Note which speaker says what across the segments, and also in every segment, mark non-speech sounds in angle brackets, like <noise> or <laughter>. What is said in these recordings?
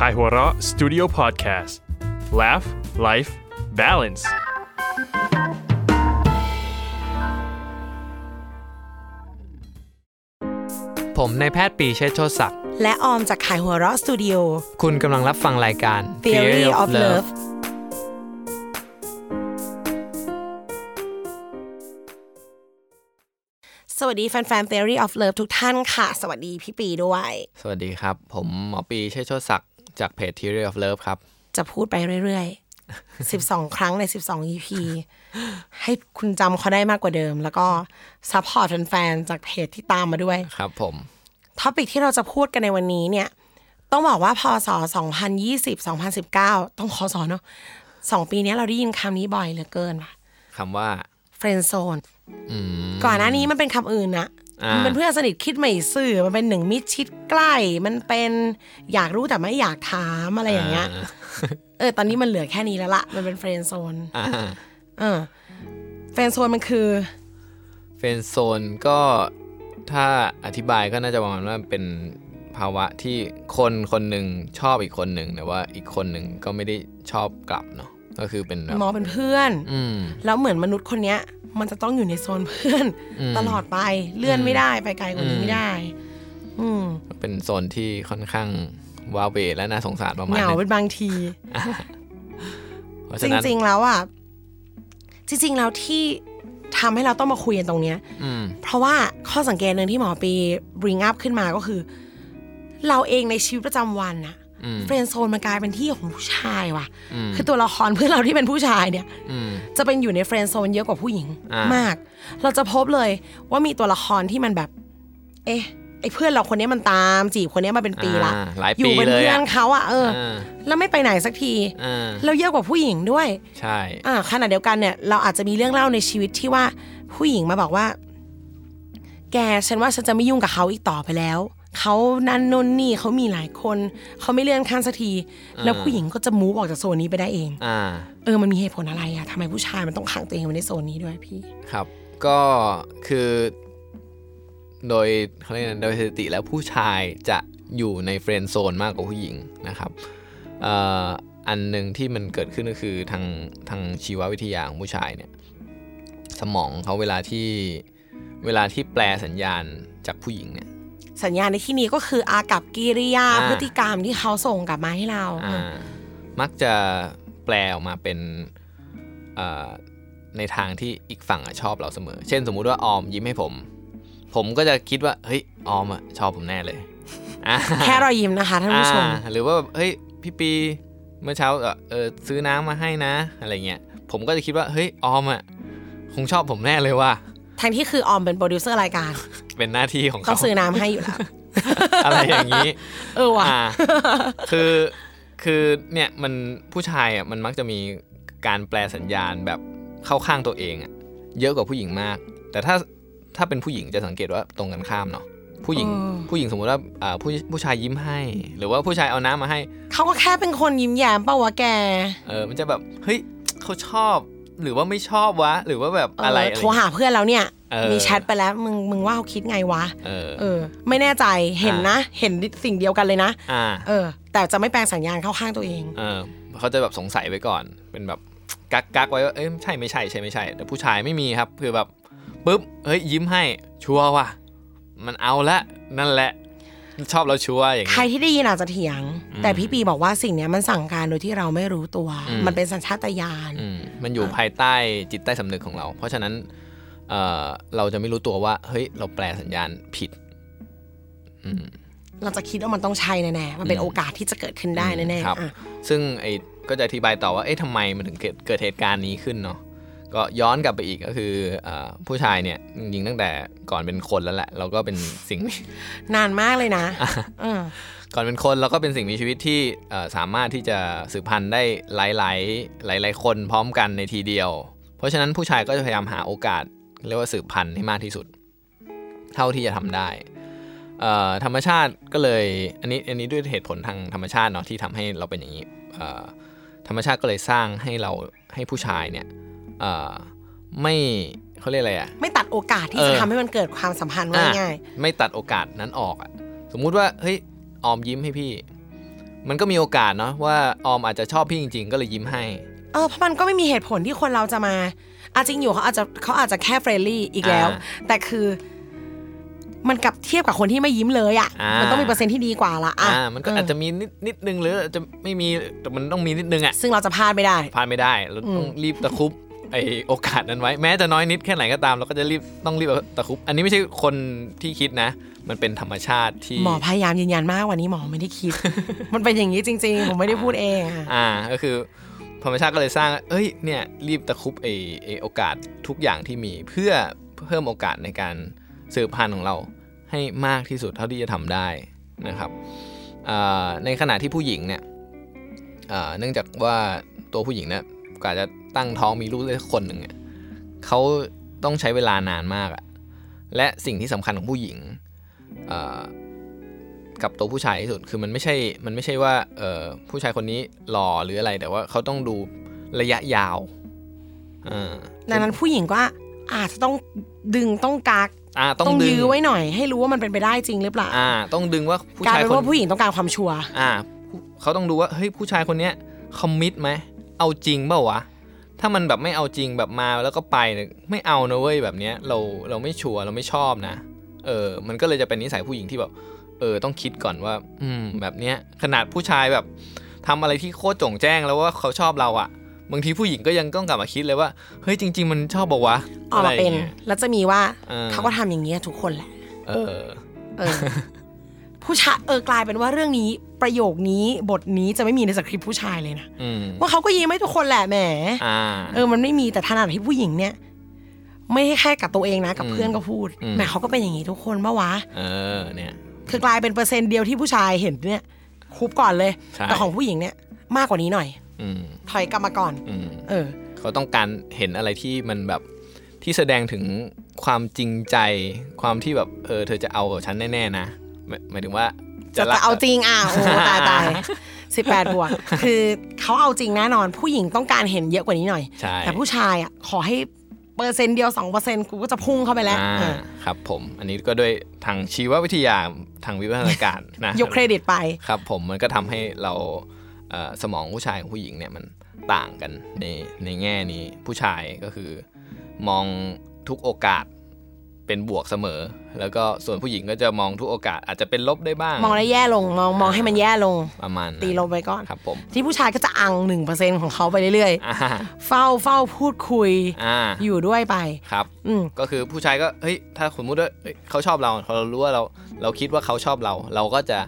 Speaker 1: k a i h u r a Studio Podcast Laugh Life Balance
Speaker 2: ผมนายแพทย์ปรีเชษฐ์โชติศักดิ์
Speaker 3: และออมจากขายหัวเราะสตูดิโอ
Speaker 2: คุณกำลังรับฟังรายการ
Speaker 3: Theory of Love สวัสดีแฟนๆ Theory of Love ทุกท่านค่ะ สวัสดีพี่ปีด้วย
Speaker 2: สวัสดีครับ ผมหมอปรีเชษฐ์โชติศักดิ์จากเพจ Theory of Love ครับ
Speaker 3: จะพูดไปเรื่อยๆ <laughs> 12 ครั้งใน 12 EP ให้คุณจำเขาได้มากกว่าเดิม แล้วก็ซัพพอร์ตแฟนๆ จากเพจที่ตามมาด้วย
Speaker 2: ครับผม
Speaker 3: ท็อปิกที่เราจะพูดกันในวันนี้เนี่ย ต้องบอกว่าพศ2020 2019 ต้องขอสอนเนาะสองปีเนี้ยเราได้ยินคำนี้บ่อยเหลือเกินว่ะ
Speaker 2: คำว่า <laughs>
Speaker 3: เฟรนโซนก่อนหน้านี้มันเป็นคำอื่นนะ
Speaker 2: อ่ามั
Speaker 3: มันเป็นเพื่อนสนิทคิดไม่ซื่อ มันเป็นหนึ่งมิตรชิดใกล้ มันเป็นอยากรู้แต่ไม่อยากถามอะไรอย่างเงี้ย เออ ตอนนี้มันเหลือแค่นี้แล้วละมันเป็นเฟรนโซนเออเฟรนโซนมันคือ
Speaker 2: เฟนโซนก็ถ้าอธิบายก็น่าจะประมาณว่าเป็นภาวะที่คนคนหนึ่งชอบอีกคนหนึ่งแต่ว่าอีกคนหนึ่งก็ไม่ได้ชอบกลับเนาะก็คือเป็นแบบ
Speaker 3: มองเป็นเพื่อน
Speaker 2: อืม
Speaker 3: แล้วเหมือนมนุษย์คนเนี้ย มันจะต้องอยู่ในโซนเพื่อน ตลอดไปเลื่อนไม่ได้ไปไกลกว่านี้ไม่ได้ อืม
Speaker 2: เป็นโซนที่ค่อนข้างว้าเหวและน่าสงสารประมาณ
Speaker 3: เหงา
Speaker 2: หนึ
Speaker 3: เป็น
Speaker 2: ง
Speaker 3: บางที
Speaker 2: เพราะ
Speaker 3: จ
Speaker 2: ฉะนั้น
Speaker 3: ริงๆแล้วอ่ะจริงๆแล้วที่ทำให้เราต้องมาคุยกันตรงเนี้ย
Speaker 2: อืม
Speaker 3: เพราะว่าข้อสังเกตหนึ่งที่หมอปี bring up ขึ้นมาก็คือ เราเองในชีวิตประจำวันอะ
Speaker 2: อืม
Speaker 3: เฟรนด์โซนมันกลายเป็นที่ของผู้ชายว่ะ คือตัวละครเพื่อนเราที่เป็นผู้ชายเนี่ย
Speaker 2: อืม
Speaker 3: จะเป็นอยู่ในเฟรนด์โซนเยอะกว่าผู้หญิง
Speaker 2: อ่าม
Speaker 3: มาก เราจะพบเลยว่ามีตัวละครที่มันแบบ เอ๊ะไอ้เพื่อนเราคนนี้มันตามจีบคนนี้มาเป็นปีละ
Speaker 2: อ่าหลาย
Speaker 3: อ
Speaker 2: ปี
Speaker 3: ยู่เป็น
Speaker 2: เลย
Speaker 3: เพื่อ
Speaker 2: อะ
Speaker 3: นเขาอะเออ
Speaker 2: อ่า
Speaker 3: แล้วไม่ไปไหนสักที
Speaker 2: อ่า
Speaker 3: เราเยอะกว่าผู้หญิงด้วย
Speaker 2: ใช่
Speaker 3: อ่าขณะเดียวกันเนี่ยเราอาจจะมีเรื่องเล่าในชีวิตที่ว่าผู้หญิงมาบอกว่า แกฉันว่าฉันจะไม่ยุ่งกับเขาอีกต่อไปแล้ว เขานั่นนนนี่เขามีหลายคน เขาไม่เลื่อนขั้นสักที แล้วผู้หญิงก็จะมูฟออกจากโซนนี้ไปได้เอง
Speaker 2: อ่า
Speaker 3: เออมันมีเหตุผลอะไรอะทำไมผู้ชายมันต้องขังตัวเองไว้ในโซนนี้ด้วยพี่
Speaker 2: ครับ ก็คือ โดยเขาเรียกอะไรโดยสถิติแล้วผู้ชายจะอยู่ในเฟรนด์โซนมากกว่าผู้หญิงนะครับเอ่ออันหนึ่งที่มันเกิดขึ้นก็คือทางทางชีววิทยาของผู้ชายเนี่ย สมองเขาเวลาที่เวลาที่แปลสัญญาณจากผู้หญิงเนี่ย
Speaker 3: สัญญาณในที่นี้ก็คืออากับกิริยา
Speaker 2: อ่า
Speaker 3: พฤติกรรมที่เขาส่งกลับมาให้เรา
Speaker 2: อ่ามักจะแปลออกมาเป็นเอ่อในทางที่อีกฝั่งอะชอบเราเสมอ เช่นสมมุติว่าออมยิ้มให้ผม ผมก็จะคิดว่า เฮ้ย ออมอะชอบผมแน่เลยอ่า
Speaker 3: แค่รอยยิ้มนะคะท่านผู้ชม
Speaker 2: อ่าหรือว่าแบบเฮ้ย พี่ปีเมื่อเช้าเอ่อเออซื้อน้ำมาให้นะ อะไรเงี้ย ผมก็จะคิดว่า เฮ้ย ออมอะคงชอบผมแน่เลยว่ะ
Speaker 3: ทั้งที่คือออมเป็นโปรดิวเซอร์รายการ
Speaker 2: เป็นหน้าที่ของ
Speaker 3: ต้อ
Speaker 2: เขา
Speaker 3: งซื้อน้ำให้อยู่แล้ว
Speaker 2: อะไรอย่างนี้
Speaker 3: เออว่ะ
Speaker 2: อ่าคือคือเนี่ยมันผู้ชายอ่ะมันมักจะมีการแปลสัญญาณแบบเข้าข้างตัวเองอ่ะเยอะกว่าผู้หญิงมาก แต่ถ้าถ้าเป็นผู้หญิงจะสังเกตว่าตรงกันข้ามเนาะผู้หญิง
Speaker 3: เออ
Speaker 2: ผู้หญิงสมมติว่าอ่าผู้ผู้ชายยิ้มให้ หรือว่าผู้ชายเอาน้ำมาให้
Speaker 3: เขาก็แค่เป็นคนยิ้มแย้มเปล่าวะแก
Speaker 2: เออมันจะแบบเฮ้ยเขาชอบหรือว่าไม่ชอบวะ หรือว่าแบบ
Speaker 3: เ
Speaker 2: อะไรอะไร
Speaker 3: โทรหาเพื่อนแล้วเนี่ย
Speaker 2: เออ
Speaker 3: มีแชทไปแล้ว มึงมึงว่าเขาคิดไงวะ
Speaker 2: เออ
Speaker 3: เออ ไม่แน่ใจเห็นนะ เห็นสิ่งเดียวกันเลยนะ
Speaker 2: อ่า
Speaker 3: เออ แต่จะไม่แปลงสัญญาณเข้าข้างตัวเอง
Speaker 2: เออเขาจะแบบสงสัยไว้ก่อน เป็นแบบกักกักไว้ว่าเอ้ยใช่ไม่ใช่ใช่ไม่ใช่ แต่ผู้ชายไม่มีครับคือแบบปุ๊บเฮ้ยยิ้มให้ชัวร์ว่ะมันเอาละนั่นแหละ ชอบเราชัวร์อย่าง
Speaker 3: ใคร
Speaker 2: นี้
Speaker 3: ที่ได้ยินอาจจะเถียง แต่พี่ปีบอกว่าสิ่งเนี้ยมันสั่งการโดยที่เราไม่รู้ตัว
Speaker 2: อืม
Speaker 3: มันเป็นสัญชาตญาณ
Speaker 2: อืมมันอยู่ภายใต้จิตใต้สำนึกของเรา เพราะฉะนั้นเอ่อเราจะไม่รู้ตัวว่า เฮ้ย เราแปลสัญญาณผิด อืม
Speaker 3: เราจะคิดว่ามันต้องใช่แน่ๆ มันเป็นโอกาสที่จะเกิดขึ้นได้แน่
Speaker 2: ครับ
Speaker 3: ๆอ่ะ
Speaker 2: ซึ่งไอ้ก็จะอธิบายต่อว่า เอ๊ะทำไมมันถึงเกิดเกิดเหตุการณ์นี้ขึ้นเนาะ ก็ย้อนกลับไปอีกก็คือเออผู้ชายเนี่ยจริงๆตั้งแต่ก่อนเป็นคนแล้วแหละเราก็เป็นสิ่ง
Speaker 3: นานมากเลยนะเออ
Speaker 2: ก่อนเป็นคนเราก็เป็นสิ่งมีชีวิตที่เอ่อสามารถที่จะสืบพันธุ์ได้หลาย ๆ หลาย ๆ คนพร้อมกันในทีเดียว เพราะฉะนั้นผู้ชายก็จะพยายามหาโอกาสเรียกว่าสืบพันธุ์ให้มากที่สุด เท่าที่จะทำได้เอ่อธรรมชาติก็เลยอันนี้อันนี้ด้วยเหตุผลทางธรรมชาติเนาะที่ทำให้เราเป็นอย่างนี้เอ่อธรรมชาติก็เลยสร้างให้เราให้ผู้ชายเนี่ยเอ่อไม่เขาเรียกอะไรอะ
Speaker 3: ไม่ตัดโอกาสที่
Speaker 2: เออ
Speaker 3: จะทำให้มันเกิดความสัมพันธ์ว่า
Speaker 2: อ่ะ
Speaker 3: ง่าย
Speaker 2: ไม่ตัดโอกาสนั้นออกอะสมมุติว่าเฮ้ยออมยิ้มให้พี่ มันก็มีโอกาสเนาะว่าออมอาจจะชอบพี่จริง ๆ ก็เลยยิ้มให้
Speaker 3: ๆเออเพราะมันก็ไม่มีเหตุผลที่คนเราจะมาอาจริงอยู่เขาอาจจะเขาอาจจะแค่เฟรนลี่อีกแล้ว
Speaker 2: อ่
Speaker 3: แต่คือ มันกับเทียบกับคนที่ไม่ยิ้มเลยอ่ะ
Speaker 2: อ่ามั
Speaker 3: มันต้องมีเปอร์เซ็นต์ที่ดีกว่าละอ่ะ
Speaker 2: อ่ามันก็อาจจะมีนิดนิดนึงหรืออาจจะไม่มีแต่มันต้องมีนิดนึงอะ
Speaker 3: ซึ่งเราจะพลาดไม่ได้
Speaker 2: พลาดไม่ได้เราต้องรีบตะครุบไอโอกาสนั้นไว้ แม้จะน้อยนิดแค่ไหนก็ตามเราก็จะรีบต้องรีบเอาตะครุบอันนี้ไม่ใช่คนที่คิดนะ มันเป็นธรรมชาติที่
Speaker 3: หมอพยายามยืนยันมากกวันนี้หมอไม่ได้ <laughs> คิด มันเป็นอย่างนี้จริง ๆ ผมไม่ได้พูดเองอะ
Speaker 2: อ่าก็คือธรรมชาติก็เลยสร้าง เอ้ย เนี่ย รีบตะครุบไอไอโอกาสทุกอย่างที่มี เพื่อเพิ่มโอกาสในการสืบพันธุ์ของเราให้มากที่สุดเท่าที่จะทำได้นะครับอ่าในขณะที่ผู้หญิงเนี่ยอ่าเนื่องจากว่าตัวผู้หญิงเนี่ยกว่าจะตั้งท้องมีลูกได้สักคนหนึ่งเนี่ยเขาต้องใช้เวลานานมากอะและสิ่งที่สำคัญของผู้หญิงอ่า กับตัวผู้ชายที่สุดคือมันไม่ใช่ มันไม่ใช่ว่าเออผู้ชายคนนี้หล่อหรืออะไรแต่ว่าเขาต้องดูระยะยาวอ่า
Speaker 3: ดังนั้นผู้หญิงก็อาจจะต้องดึงต้องกัก
Speaker 2: อ่าต้องดึง
Speaker 3: ยื้อไว้หน่อย ให้รู้ว่ามันเป็นไปได้จริงหรือเปล่า
Speaker 2: อ่า ต้องดึงว่าผู้
Speaker 3: กลาย
Speaker 2: ชาย
Speaker 3: เป็น
Speaker 2: คน
Speaker 3: ว่าผู้หญิงต้องการความชัวร์
Speaker 2: อ่าผู้เขาต้องดูว่าเฮ้ยผู้ชายคนเนี้ยคอมมิตไหมเอาจริงเปล่าวะถ้ามันแบบไม่เอาจริงแบบมาแล้วก็ไปเนี่ยไม่เอานะเว้ยแบบเนี้ยเราเราไม่ชัวร์เราไม่ชอบนะ เออ มันก็เลยจะเป็นนิสัยผู้หญิงที่แบบ เออ ต้องคิดก่อนว่า อืม แบบเนี้ย ขนาดผู้ชายแบบทำอะไรที่โคตรโจ่งแจ้งแล้วว่าเขาชอบเราอะบางทีผู้หญิงก็ยังต้องกลับมาคิดเลยว่า เฮ้ย จริง ๆ มันชอบบอกวะ
Speaker 3: ออกมาเป็น
Speaker 2: อะไรย่งงี้ย
Speaker 3: แล้วจะมีว่า
Speaker 2: เออ
Speaker 3: เขาก็ทำอย่างเงี้ยทุกคนแหละ
Speaker 2: เออ
Speaker 3: เออ ผู้ชายเออกลายเป็นว่าเรื่องนี้ประโยคนี้บทนี้จะไม่มีในสคริปต์ผู้ชายเลยนะ
Speaker 2: อืม
Speaker 3: ว่าเขาก็ยิ้มให้ทุกคนแหละแหม
Speaker 2: อ่า
Speaker 3: เออมันไม่มีแต่ถนัดที่ผู้หญิงเนี่ย ไม่ใช่แค่กับตัวเองนะ กับเพื่อนก็พูด
Speaker 2: อืม
Speaker 3: แหมเขาก็เป็นอย่างนี้ทุกคนปะวะ
Speaker 2: เออ เนี่ย
Speaker 3: คือกลายเป็นเปอร์เซ็นต์เดียวที่ผู้ชายเห็นเนี่ยคุบก่อนเลย
Speaker 2: ใช่
Speaker 3: แต่ของผู้หญิงเนี่ยมากกว่านี้หน่อย
Speaker 2: อืม
Speaker 3: ถอยกลับมาก่อน
Speaker 2: อืม
Speaker 3: เออ
Speaker 2: เขาต้องการเห็นอะไรที่มันแบบที่แสดงถึงความจริงใจ ความที่แบบ เออ เธอจะเอากับฉันแน่ๆนะหมายหมายถึงว่า
Speaker 3: จะ
Speaker 2: รัก
Speaker 3: จะเอาจริงอ่ะโอ้
Speaker 2: <laughs>
Speaker 3: ตายตายสิบแปดบวก คือเขาเอาจริงแน่นอน ผู้หญิงต้องการเห็นเยอะกว่านี้หน่อย
Speaker 2: ใช่
Speaker 3: แต่ผู้ชายอ่ะขอให้เปอร์เซ็นต์เดียวสองเปอร์เซ็นต์กูก็จะพุ่งเข้าไปแล้ว
Speaker 2: อ่า
Speaker 3: เออ
Speaker 2: ครับผม อันนี้ก็ด้วยทางชีววิทยาทางวิวัฒนาการ นะ
Speaker 3: ยกเครดิตไป
Speaker 2: ครับผมมันก็ทำให้เราเอ่อสมองผู้ชายกับผู้หญิงเนี่ยมันต่างกันในในแง่นี้ผู้ชายก็คือ มองทุกโอกาสเป็นบวกเสมอ แล้วก็ส่วนผู้หญิงก็จะมองทุกโอกาสอาจจะเป็นลบได้บ้าง
Speaker 3: มองได้แย่ลง มองมองให้มันแย่ลง
Speaker 2: ประมาณนั้น
Speaker 3: ตีลงไปก่อน
Speaker 2: ครับผม
Speaker 3: ที่ผู้ชายก็จะอังหนึ่งเปอร์เซ็นต์ของเขาไปเรื่อย
Speaker 2: อ่า
Speaker 3: ๆ เฝ้าเฝ้าพูดคุย
Speaker 2: อ่า
Speaker 3: อยู่ด้วยไป
Speaker 2: ครับ
Speaker 3: อืม
Speaker 2: ก็คือผู้ชายก็เฮ้ยถ้าสมมติว่าเอ้ยเขาชอบเราพอเรารู้ว่าเราเราคิดว่าเขาชอบเรา เราก็จะ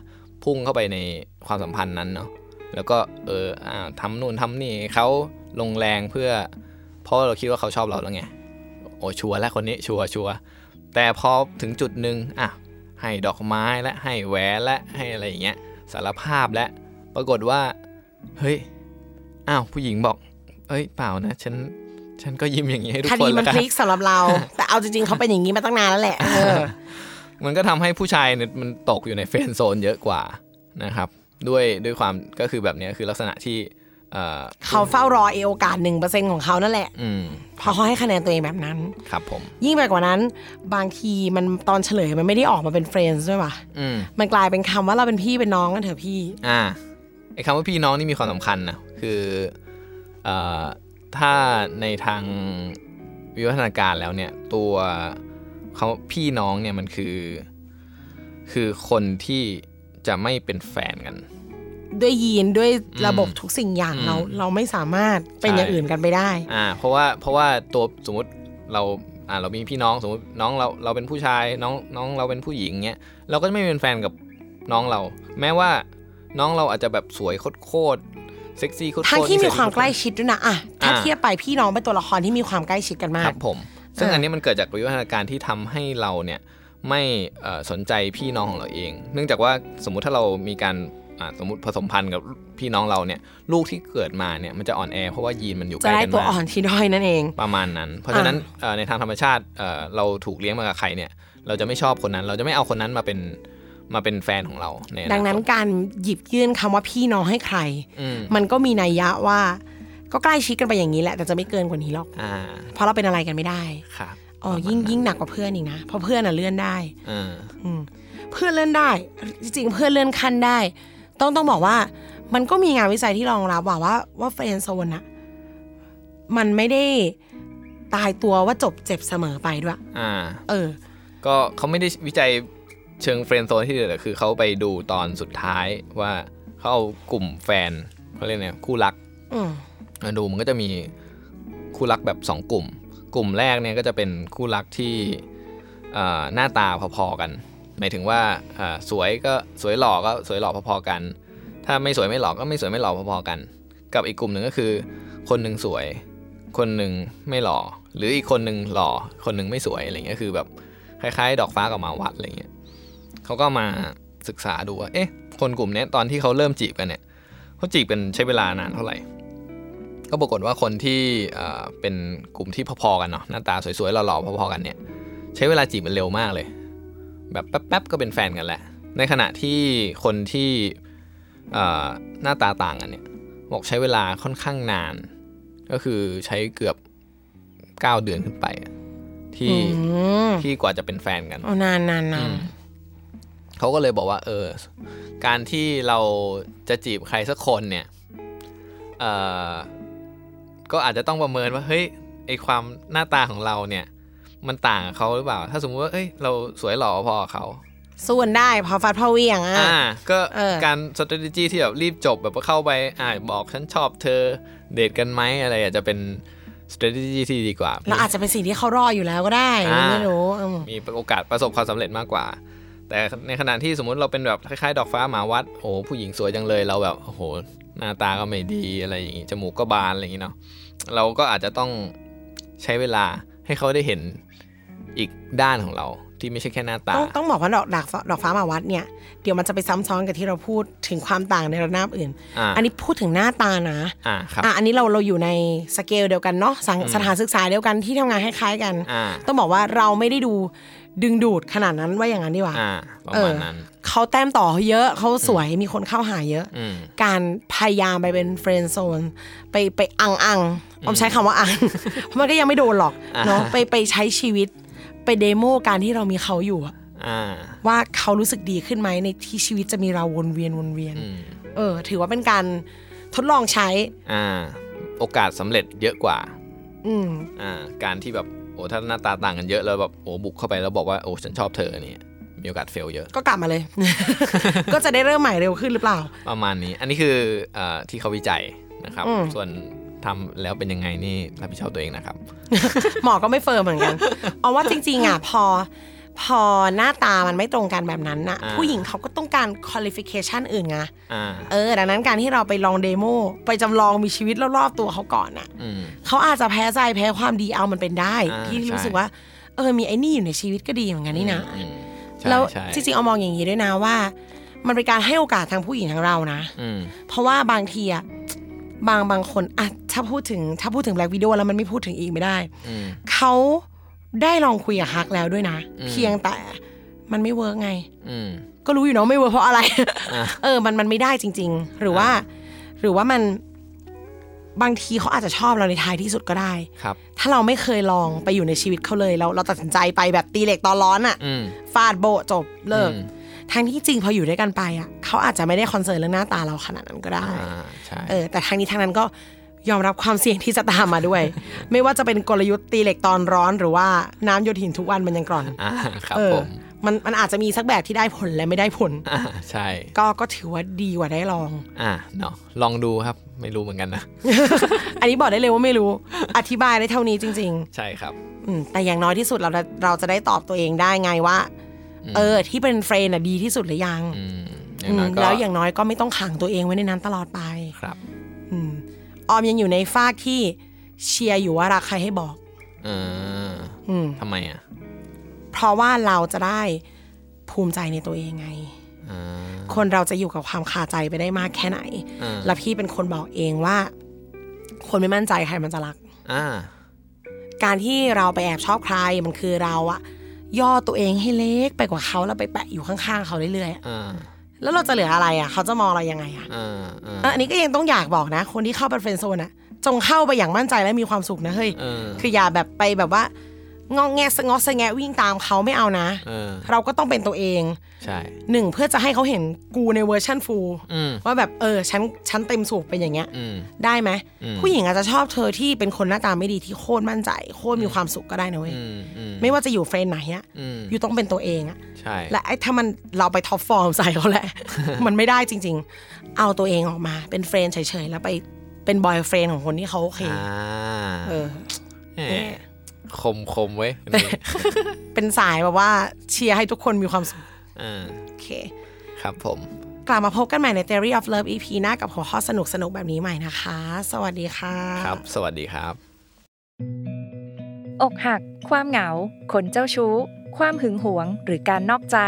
Speaker 2: พุ่งเข้าไปในความสัมพันธ์นั้นเนาะแล้วก็เอออ่าทำนู่นทำนี่ให้เขาลงแรงเพื่อ เพราะเราคิดว่าเขาชอบเราแล้วไงโอ้ชัวร์แล้วคนนี้ชัวร์ชัวร์แต่พอถึงจุดหนึ่งอ่ะให้ดอกไม้และให้แหวนและให้อะไรอย่างเงี้ยสารภาพและปรากฏว่าเฮ้ยอ้าวผู้หญิงบอกเอ้ยเปล่านะฉันฉันก็ยิ้มอย่างนี้ให้ทุก
Speaker 3: ค
Speaker 2: ค
Speaker 3: ดี
Speaker 2: น
Speaker 3: มั
Speaker 2: แล้
Speaker 3: น
Speaker 2: วกั
Speaker 3: พ
Speaker 2: น
Speaker 3: ลิกสำหรับเรา
Speaker 2: <laughs>
Speaker 3: แต่เอาจริงๆเขาเป็นอย่างนี้มาตั้งนานแล้วแหละเออ
Speaker 2: มันก็ทำให้ผู้ชายเนี่ยมันตกอยู่ในเฟรนด์โซนเยอะกว่านะครับด้วยด้วยความก็คือแบบเนี้ยคือลักษณะที่เอ่อ
Speaker 3: เขาเฝ้ารอเอโอกาสหนึ่งเปอร์เซ็นของเขานั่นแหละ
Speaker 2: อืม
Speaker 3: เพราะเขาให้คะแนนตัวเองแบบนั้น
Speaker 2: ครับผม
Speaker 3: ยิ่งไปกว่านั้น บางทีมันตอนเฉลยมันไม่ได้ออกมาเป็นเฟรนด์ด้วยว่ะ
Speaker 2: อืม
Speaker 3: มันกลายเป็นคำว่าเราเป็นพี่เป็นน้องกันเถอะพี่
Speaker 2: อ่าไอ้คำว่าพี่น้องนี่มีความสำคัญนะคือเอ่อถ้าในทางวิวัฒนาการแล้วเนี่ยตัวคำว่าพี่น้องเนี่ยมันคือ คือคนที่จะไม่เป็นแฟนกัน
Speaker 3: ด้วยยีนด้วยระบบทุกสิ่งอย่างเรา เราไม่สามารถเป็นอย่างอื่นกันไปได้
Speaker 2: อ่าเพราะว่าเพราะว่าตัวสมมติเราอ่าเรามีพี่น้องสมมติน้องเราเราเป็นผู้ชายน้องน้องเราเป็นผู้หญิงเงี้ยเราก็จะไม่เป็นแฟนกับน้องเรา แม้ว่าน้องเราอาจจะแบบสวยโคตรๆเซ็กซี่โคตรๆ
Speaker 3: ทั้งที่มีความ
Speaker 2: นิสัยโตรๆ
Speaker 3: ใกล้ชิดด้วยนะอะ
Speaker 2: อ่
Speaker 3: ถ้า
Speaker 2: อ่า
Speaker 3: เทียบไปพี่น้องเป็นตัวละครที่มีความใกล้ชิดกันมา
Speaker 2: ค
Speaker 3: ก
Speaker 2: รับผม ซึ่งอันนี้มันเกิดจากวิวัฒนาการที่ทำให้เราเนี่ยไม่เอ่อสนใจพี่น้องของเราเอง เนื่องจากว่าสมมุติถ้าเรามีการอ่าสมมติผสมพันธุ์กับพี่น้องเราเนี่ยลูกที่เกิดมาเนี่ยมันจะอ่อนแอเพราะว่ายีนมันอยู่ใก
Speaker 3: จะ
Speaker 2: ล้
Speaker 3: ได้
Speaker 2: กัน
Speaker 3: ตัวอ่อ
Speaker 2: มาก
Speaker 3: นที่ด้อยนั่นเอง
Speaker 2: ประมาณนั้น เพราะฉะนั้นเอ่อในทางธรรมชาติเอ่อเราถูกเลี้ยงมากับใครเนี่ยเราจะไม่ชอบคนนั้น เราจะไม่เอาคนนั้นมาเป็นมาเป็นแฟนของเราใอคต
Speaker 3: ดังนั้นการหยิบยื่นคำว่าพี่น้องให้ใคร
Speaker 2: อืม
Speaker 3: มันก็มีนัยยะว่าก็ใกล้ชิดกันไปอย่างนี้แหละแต่จะไม่เกินกว่านี้หรอก
Speaker 2: อ่า
Speaker 3: เพราะเราเป็นอะไรกันไม่ได้
Speaker 2: ครับ
Speaker 3: อ๋อยิ่งยิ่งหนักกว่าเพื่อนอีกนะเพราะเพื่อนอ่ะเลื่อนได้
Speaker 2: เออ
Speaker 3: อืมเพื่อนเลื่อนได้ จริงๆ เพื่อนเลื่อนขั้นได้ ต้องต้องบอกว่า มันก็มีงานวิจัยที่รองรับว่าว่าว่าเฟรนโซนอะมันไม่ได้ตายตัวว่าจบเจ็บเสมอไปด้วย
Speaker 2: อ่า
Speaker 3: เออ
Speaker 2: ก็เขาไม่ได้วิจัยเชิงเฟรนด์โซนที่เดียวแต่คือเขาไปดูตอนสุดท้ายว่าเขาเอากลุ่มแฟนเขาเรียกไงคู่รัก
Speaker 3: อืม
Speaker 2: มาดูมันก็จะมีคู่รักแบบ 2 กลุ่ม กลุ่มแรกเนี่ยก็จะเป็นคู่รักที่เอ่อหน้าตาพอๆกันหมายถึงว่าเอ่อสวยก็สวยหล่อก็สวยหล่อพอๆกัน ถ้าไม่สวยไม่หล่อก็ไม่สวยไม่หล่อพอๆกัน กับอีกกลุ่มหนึ่งก็คือ คนหนึ่งสวย คนหนึ่งไม่หล่อ หรืออีกคนหนึ่งหล่อ คนหนึ่งไม่สวยอะไรเงี้ยคือแบบ คล้ายๆ ดอกฟ้ากับหมาวัดอะไรเงี้ยเขาก็มาศึกษาดูว่า เอ๊ะ คนกลุ่มเนี้ยตอนที่เขาเริ่มจีบกันเนี่ยเขาจีบกันใช้เวลานานเท่าไหร่ ก็ปรากฏว่าคนที่เอ่อเป็นกลุ่มที่พอๆกันเนาะหน้าตาสวยๆหล่อๆพอๆกันเนี่ย ใช้เวลาจีบมันเร็วมากเลย แบบแป๊บๆก็เป็นแฟนกันแหละ ในขณะที่คนที่เอ่อหน้าตาต่างกันเนี่ยบอกใช้เวลาค่อนข้างนาน ก็คือใช้เกือบ 9 เดือนขึ้นไปอะที่
Speaker 3: อืม
Speaker 2: ที่กว่าจะเป็นแฟนกัน
Speaker 3: เอานานนานนา
Speaker 2: อื
Speaker 3: น
Speaker 2: ม เขาก็เลยบอกว่าเออ การที่เราจะจีบใครสักคนเนี่ยเออก็อาจจะต้องประเมินว่าเฮ้ยไอความหน้าตาของเราเนี่ย มันต่างกับเขาหรือเปล่า ถ้าสมมติว่าเอ้ยเราสวยหล่อพอกับเขา
Speaker 3: สู้กันได้พอฟัดพอเหวียงอ่ะ
Speaker 2: อ่า ก็
Speaker 3: เออ
Speaker 2: การ strategy ที่แบบรีบจบแบบว่าเข้าไปอ่าบอกฉันชอบเธอเดทกันไหมอะไรอาจจะเป็น strategy ที่ดีกว่า
Speaker 3: เราอาจจะเป็นสิ่งที่เขารออยู่แล้วก็ได้
Speaker 2: อ่า
Speaker 3: ไม่รู้อืม
Speaker 2: มีโอกาสประสบความสำเร็จมากกว่า แต่ในขณะที่สมมุติเราเป็นแบบคล้ายๆ ดอกฟ้าหมาวัด โอ้โหผู้หญิงสวยจังเลยเราแบบโอ้โหหน้าตาก็ไม่ดีอะไรอย่างงี้จมูกก็บานอะไรอย่างงี้เนาะเราก็อาจจะต้องใช้เวลาให้เขาได้เห็นอีกด้านของเราที่ไม่ใช่แค่หน้าตา
Speaker 3: ต้องต้องบอกว่าดอกดอกฟ้าดอกฟ้ามาวัดเนี่ย เดี๋ยวมันจะไปซ้ำซ้อนกับที่เราพูดถึงความต่างในระนาบอื่น
Speaker 2: อ่า
Speaker 3: อันนี้พูดถึงหน้าตานะ
Speaker 2: อ่าครับ
Speaker 3: อ่ะอันนี้เราเราอยู่ในสเกลเดียวกันเนาะสังสถานศึกษาเดียวกันที่ทำงานคล้ายๆกัน
Speaker 2: อ่า
Speaker 3: ต้องบอกว่าเราไม่ได้ดูดึงดูดขนาดนั้นว่าอย่างนั้นดีกว่า
Speaker 2: อ่า ประมาณนั้น
Speaker 3: เขาแต้มต่อเขาเยอะเขาสวยมีคนเข้าหาเยอะ
Speaker 2: อืม
Speaker 3: การพยายามไปเป็นเฟรนด์โซนไปไปอังอังผมใช้คำว่า
Speaker 2: <laughs>
Speaker 3: อัง เพราะมันก็ยังไม่โดนหรอกเนาะ
Speaker 2: อ่า
Speaker 3: ไปไปใช้ชีวิต ไปเดโมการที่เรามีเขาอยู่อะ
Speaker 2: อ่า
Speaker 3: ว่าเขารู้สึกดีขึ้นไหมในที่ชีวิตจะมีเราวนเวียนวนเวียน
Speaker 2: อืม
Speaker 3: เออ ถือว่าเป็นการทดลองใช้
Speaker 2: อ่า โอกาสสำเร็จเยอะกว่า
Speaker 3: อืม
Speaker 2: อ่าการที่แบบโอ้ถ้าหน้าตาต่างกันเยอะแล้วแบบโอ้บุกเข้าไปแล้วบอกว่าโอ้ฉันชอบเธอเนี่ยมีโอกาสเฟลเยอะ
Speaker 3: ก็กลับมา
Speaker 2: <laughs>
Speaker 3: เลย ก็จะได้เริ่มใหม่เร็วขึ้นหรือเปล่า
Speaker 2: ประมาณนี้ อันนี้คือเออที่เขาวิจัยนะครับ
Speaker 3: อืม
Speaker 2: ส่วนทำแล้วเป็นยังไงนี่รับผิดชอบตัวเองนะครับ
Speaker 3: หมอก็ไม่เฟิร์มเหมือนกัน เอาว่าจริงๆอ่ะพอ พอหน้าตามันไม่ตรงกันแบบนั้นนะ
Speaker 2: อ่า
Speaker 3: ผู้หญิงเขาก็ต้องการคุณ i f i c a t i o n อื่นไง
Speaker 2: อ่า
Speaker 3: เออ ดังนั้นการที่เราไปลองเดโมไปจำลองมีชีวิตรอบๆตัวเขาก่อนน่ะ
Speaker 2: อืม
Speaker 3: เขาอาจจะแพ้ใจแพ้ความดีเอามันเป็นได้
Speaker 2: อ่า
Speaker 3: ที่
Speaker 2: ใช่
Speaker 3: รู้สึกว่า เออมีไอ้นี่อยู่ในชีวิตก็ดีเหมือนกันนี่นะ
Speaker 2: อืมใช่
Speaker 3: แล้ว
Speaker 2: ใช่
Speaker 3: จริงๆเอามองอย่างนี้ด้วยนะว่า มันเป็นการให้โอกาสทางผู้หญิงทางเรานะ
Speaker 2: อืม
Speaker 3: เพราะว่าบางทีอะบางบางคนอะถ้าพูดถึงถ้าพูดถึงแบล็กวิดีโอแล้วมันไม่พูดถึงอีกไม่ได้
Speaker 2: อืม
Speaker 3: เขาได้ลองคุยกับฮักแล้วด้วยนะ
Speaker 2: อืม
Speaker 3: เพียงแต่มันไม่เวิร์กไง
Speaker 2: อืม
Speaker 3: ก็รู้อยู่เนาะไม่เวิร์กเพราะอะไร
Speaker 2: อ่ะ
Speaker 3: เออมันมันไม่ได้จริง ๆ หรือว่า หรือว่ามันบางทีเขาอาจจะชอบเราในท้ายที่สุดก็ได้
Speaker 2: ครับ
Speaker 3: ถ้าเราไม่เคยลองไปอยู่ในชีวิตเขาเลยเราเราตัดสินใจไปแบบตีเหล็กตอนร้อนอะ
Speaker 2: อืม
Speaker 3: ฟาดโบะจบเลิก
Speaker 2: อืม
Speaker 3: ทั้งที่จริงพออยู่ด้วยกันไปอะเขาอาจจะไม่ได้คอนเซิร์นเรื่องหน้าตาเราขนาดนั้นก็ได้
Speaker 2: อ่าใช่
Speaker 3: เออแต่ทางนี้ทางนั้นก็ยอมรับความเสี่ยงที่จะตามมา
Speaker 2: <laughs>
Speaker 3: ด้วย ไม่ว่าจะเป็นกลยุทธ์ตีเหล็กตอนร้อนหรือว่าน้ำโยนหินทุกวันมันยังกร่อน
Speaker 2: อ่าครับ
Speaker 3: เออ
Speaker 2: ผม
Speaker 3: มันมันอาจจะมีสักแบบที่ได้ผลและไม่ได้ผล
Speaker 2: อ่าใช่
Speaker 3: ก็ก็ถือว่าดีกว่าได้ลอง <laughs>
Speaker 2: อ่าเนาะลองดูครับไม่รู้เหมือนกันนะ
Speaker 3: อันนี้บอกได้เลยว่าไม่รู้ อธิบายได้เท่านี้จริง
Speaker 2: ใช่ครับ
Speaker 3: ๆอืมแต่อย่างน้อยที่สุดเราเราจะได้ตอบตัวเองได้ไงว่า เออ ที่เป็นเฟรนด์น่ะดีที่สุดหรือยัง
Speaker 2: อืมอ
Speaker 3: อื
Speaker 2: ย่างน้อย
Speaker 3: ม
Speaker 2: ก็
Speaker 3: แล้วอย่างน้อยก็ไม่ต้องขังตัวเองไว้ในนั้นตลอดไป
Speaker 2: ครับ
Speaker 3: อืมออมยังอยู่ในฟากที่ เชียร์อยู่ว่ารักใครให้บอก
Speaker 2: เออ
Speaker 3: อืม
Speaker 2: ทำไมอ่ะ
Speaker 3: เพราะว่าเราจะได้ภูมิใจในตัวเองไง
Speaker 2: เออ
Speaker 3: คนเราจะอยู่กับความคาใจไปได้มากแค่ไหน
Speaker 2: อ่า
Speaker 3: แล้วพี่เป็นคนบอกเองว่า คนไม่มั่นใจใครมันจะรัก
Speaker 2: อ่า
Speaker 3: การที่เราไปแอบชอบใครมันคือเราอะย่อตัวเองให้เล็กไปกว่าเขาแล้วไปแปะอยู่ข้างๆเขาเรื่อยๆอะ
Speaker 2: อ่า
Speaker 3: แล้วเราจะเหลืออะไรอะเขาจะมองเรายังไงอะ
Speaker 2: อ่าอ่า
Speaker 3: เอออันนี้ก็ยังต้องอยากบอกนะ คนที่เข้าเป็นเฟรนด์โซนอะจงเข้าไปอย่างมั่นใจและมีความสุขนะเฮ้ย
Speaker 2: เออ
Speaker 3: คืออย่าแบบไปแบบว่า งองแงสะงอสะแงะวิ่งตามเขาไม่เอานะ
Speaker 2: เออ
Speaker 3: เราก็ต้องเป็นตัวเอง
Speaker 2: ใช่
Speaker 3: หนึ่งเพื่อจะให้เขาเห็นกูในเวอร์ชันฟูล
Speaker 2: อืม
Speaker 3: ว่าแบบเออฉันฉันเต็มสูบเป็นอย่างเงี้ย
Speaker 2: อืม
Speaker 3: ได้ไหม
Speaker 2: อืม
Speaker 3: ผู้หญิงอาจจะชอบเธอที่เป็นคนหน้าตาไม่ดีที่โคตรมั่นใจ โคตรมีความสุขก็ได้นะเว้ย
Speaker 2: อืมอืม
Speaker 3: ไม่ว่าจะอยู่เฟรนด์ไหนอะ
Speaker 2: อืม
Speaker 3: อยู่ต้องเป็นตัวเองอะ
Speaker 2: ใช่
Speaker 3: และไอ้ถ้ามันเราไปท็อปฟอร์มใส่เขาแหละ
Speaker 2: <laughs>
Speaker 3: มันไม่ได้จริง ๆ เอาตัวเองออกมาเป็นเฟรนด์เฉยๆแล้วไปเป็นบอยเฟรนด์ของคนที่เขาโอเค
Speaker 2: อ่า
Speaker 3: เออ
Speaker 2: แหมคมคมเว้ยคนนี้
Speaker 3: เป็นสายแบบว่าเชียร์ให้ทุกคนมีความสุข
Speaker 2: อ่า
Speaker 3: โอเค
Speaker 2: ครับผม
Speaker 3: กลับมาพบกันใหม่ใน Theory of Love EP หน้ากับหัวข้อสนุกๆแบบนี้ใหม่นะคะ สวัสดีค่ะ
Speaker 2: ครับ สวัสดีครับ
Speaker 4: อกหัก ความเหงา คนเจ้าชู้ ความหึงหวง หรือการนอกใจ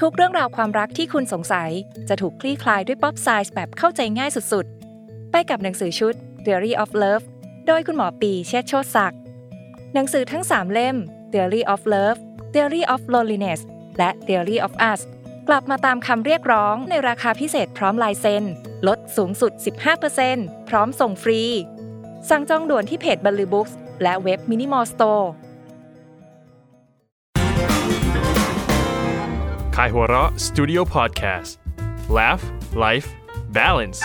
Speaker 4: ทุกเรื่องราวความรักที่คุณสงสัย จะถูกคลี่คลายด้วยป๊อปไซส์แบบเข้าใจง่ายสุดๆ ไปกับหนังสือชุด Theory of Love โดยคุณหมอปีเชษฐ์โชติศักดิ์ หนังสือทั้ง 3 เล่ม Theory of Love Theory of Loneliness และ Theory of Us กลับมาตามคำเรียกร้องในราคาพิเศษพร้อมลายเซ็นลดสูงสุด 15%พร้อมส่งฟรี สั่งจองด่วนที่เพจบัลลือบุ๊กส์และเว็บมินิมอลสโตร์
Speaker 1: Kaihura Studio Podcast Laugh Life Balance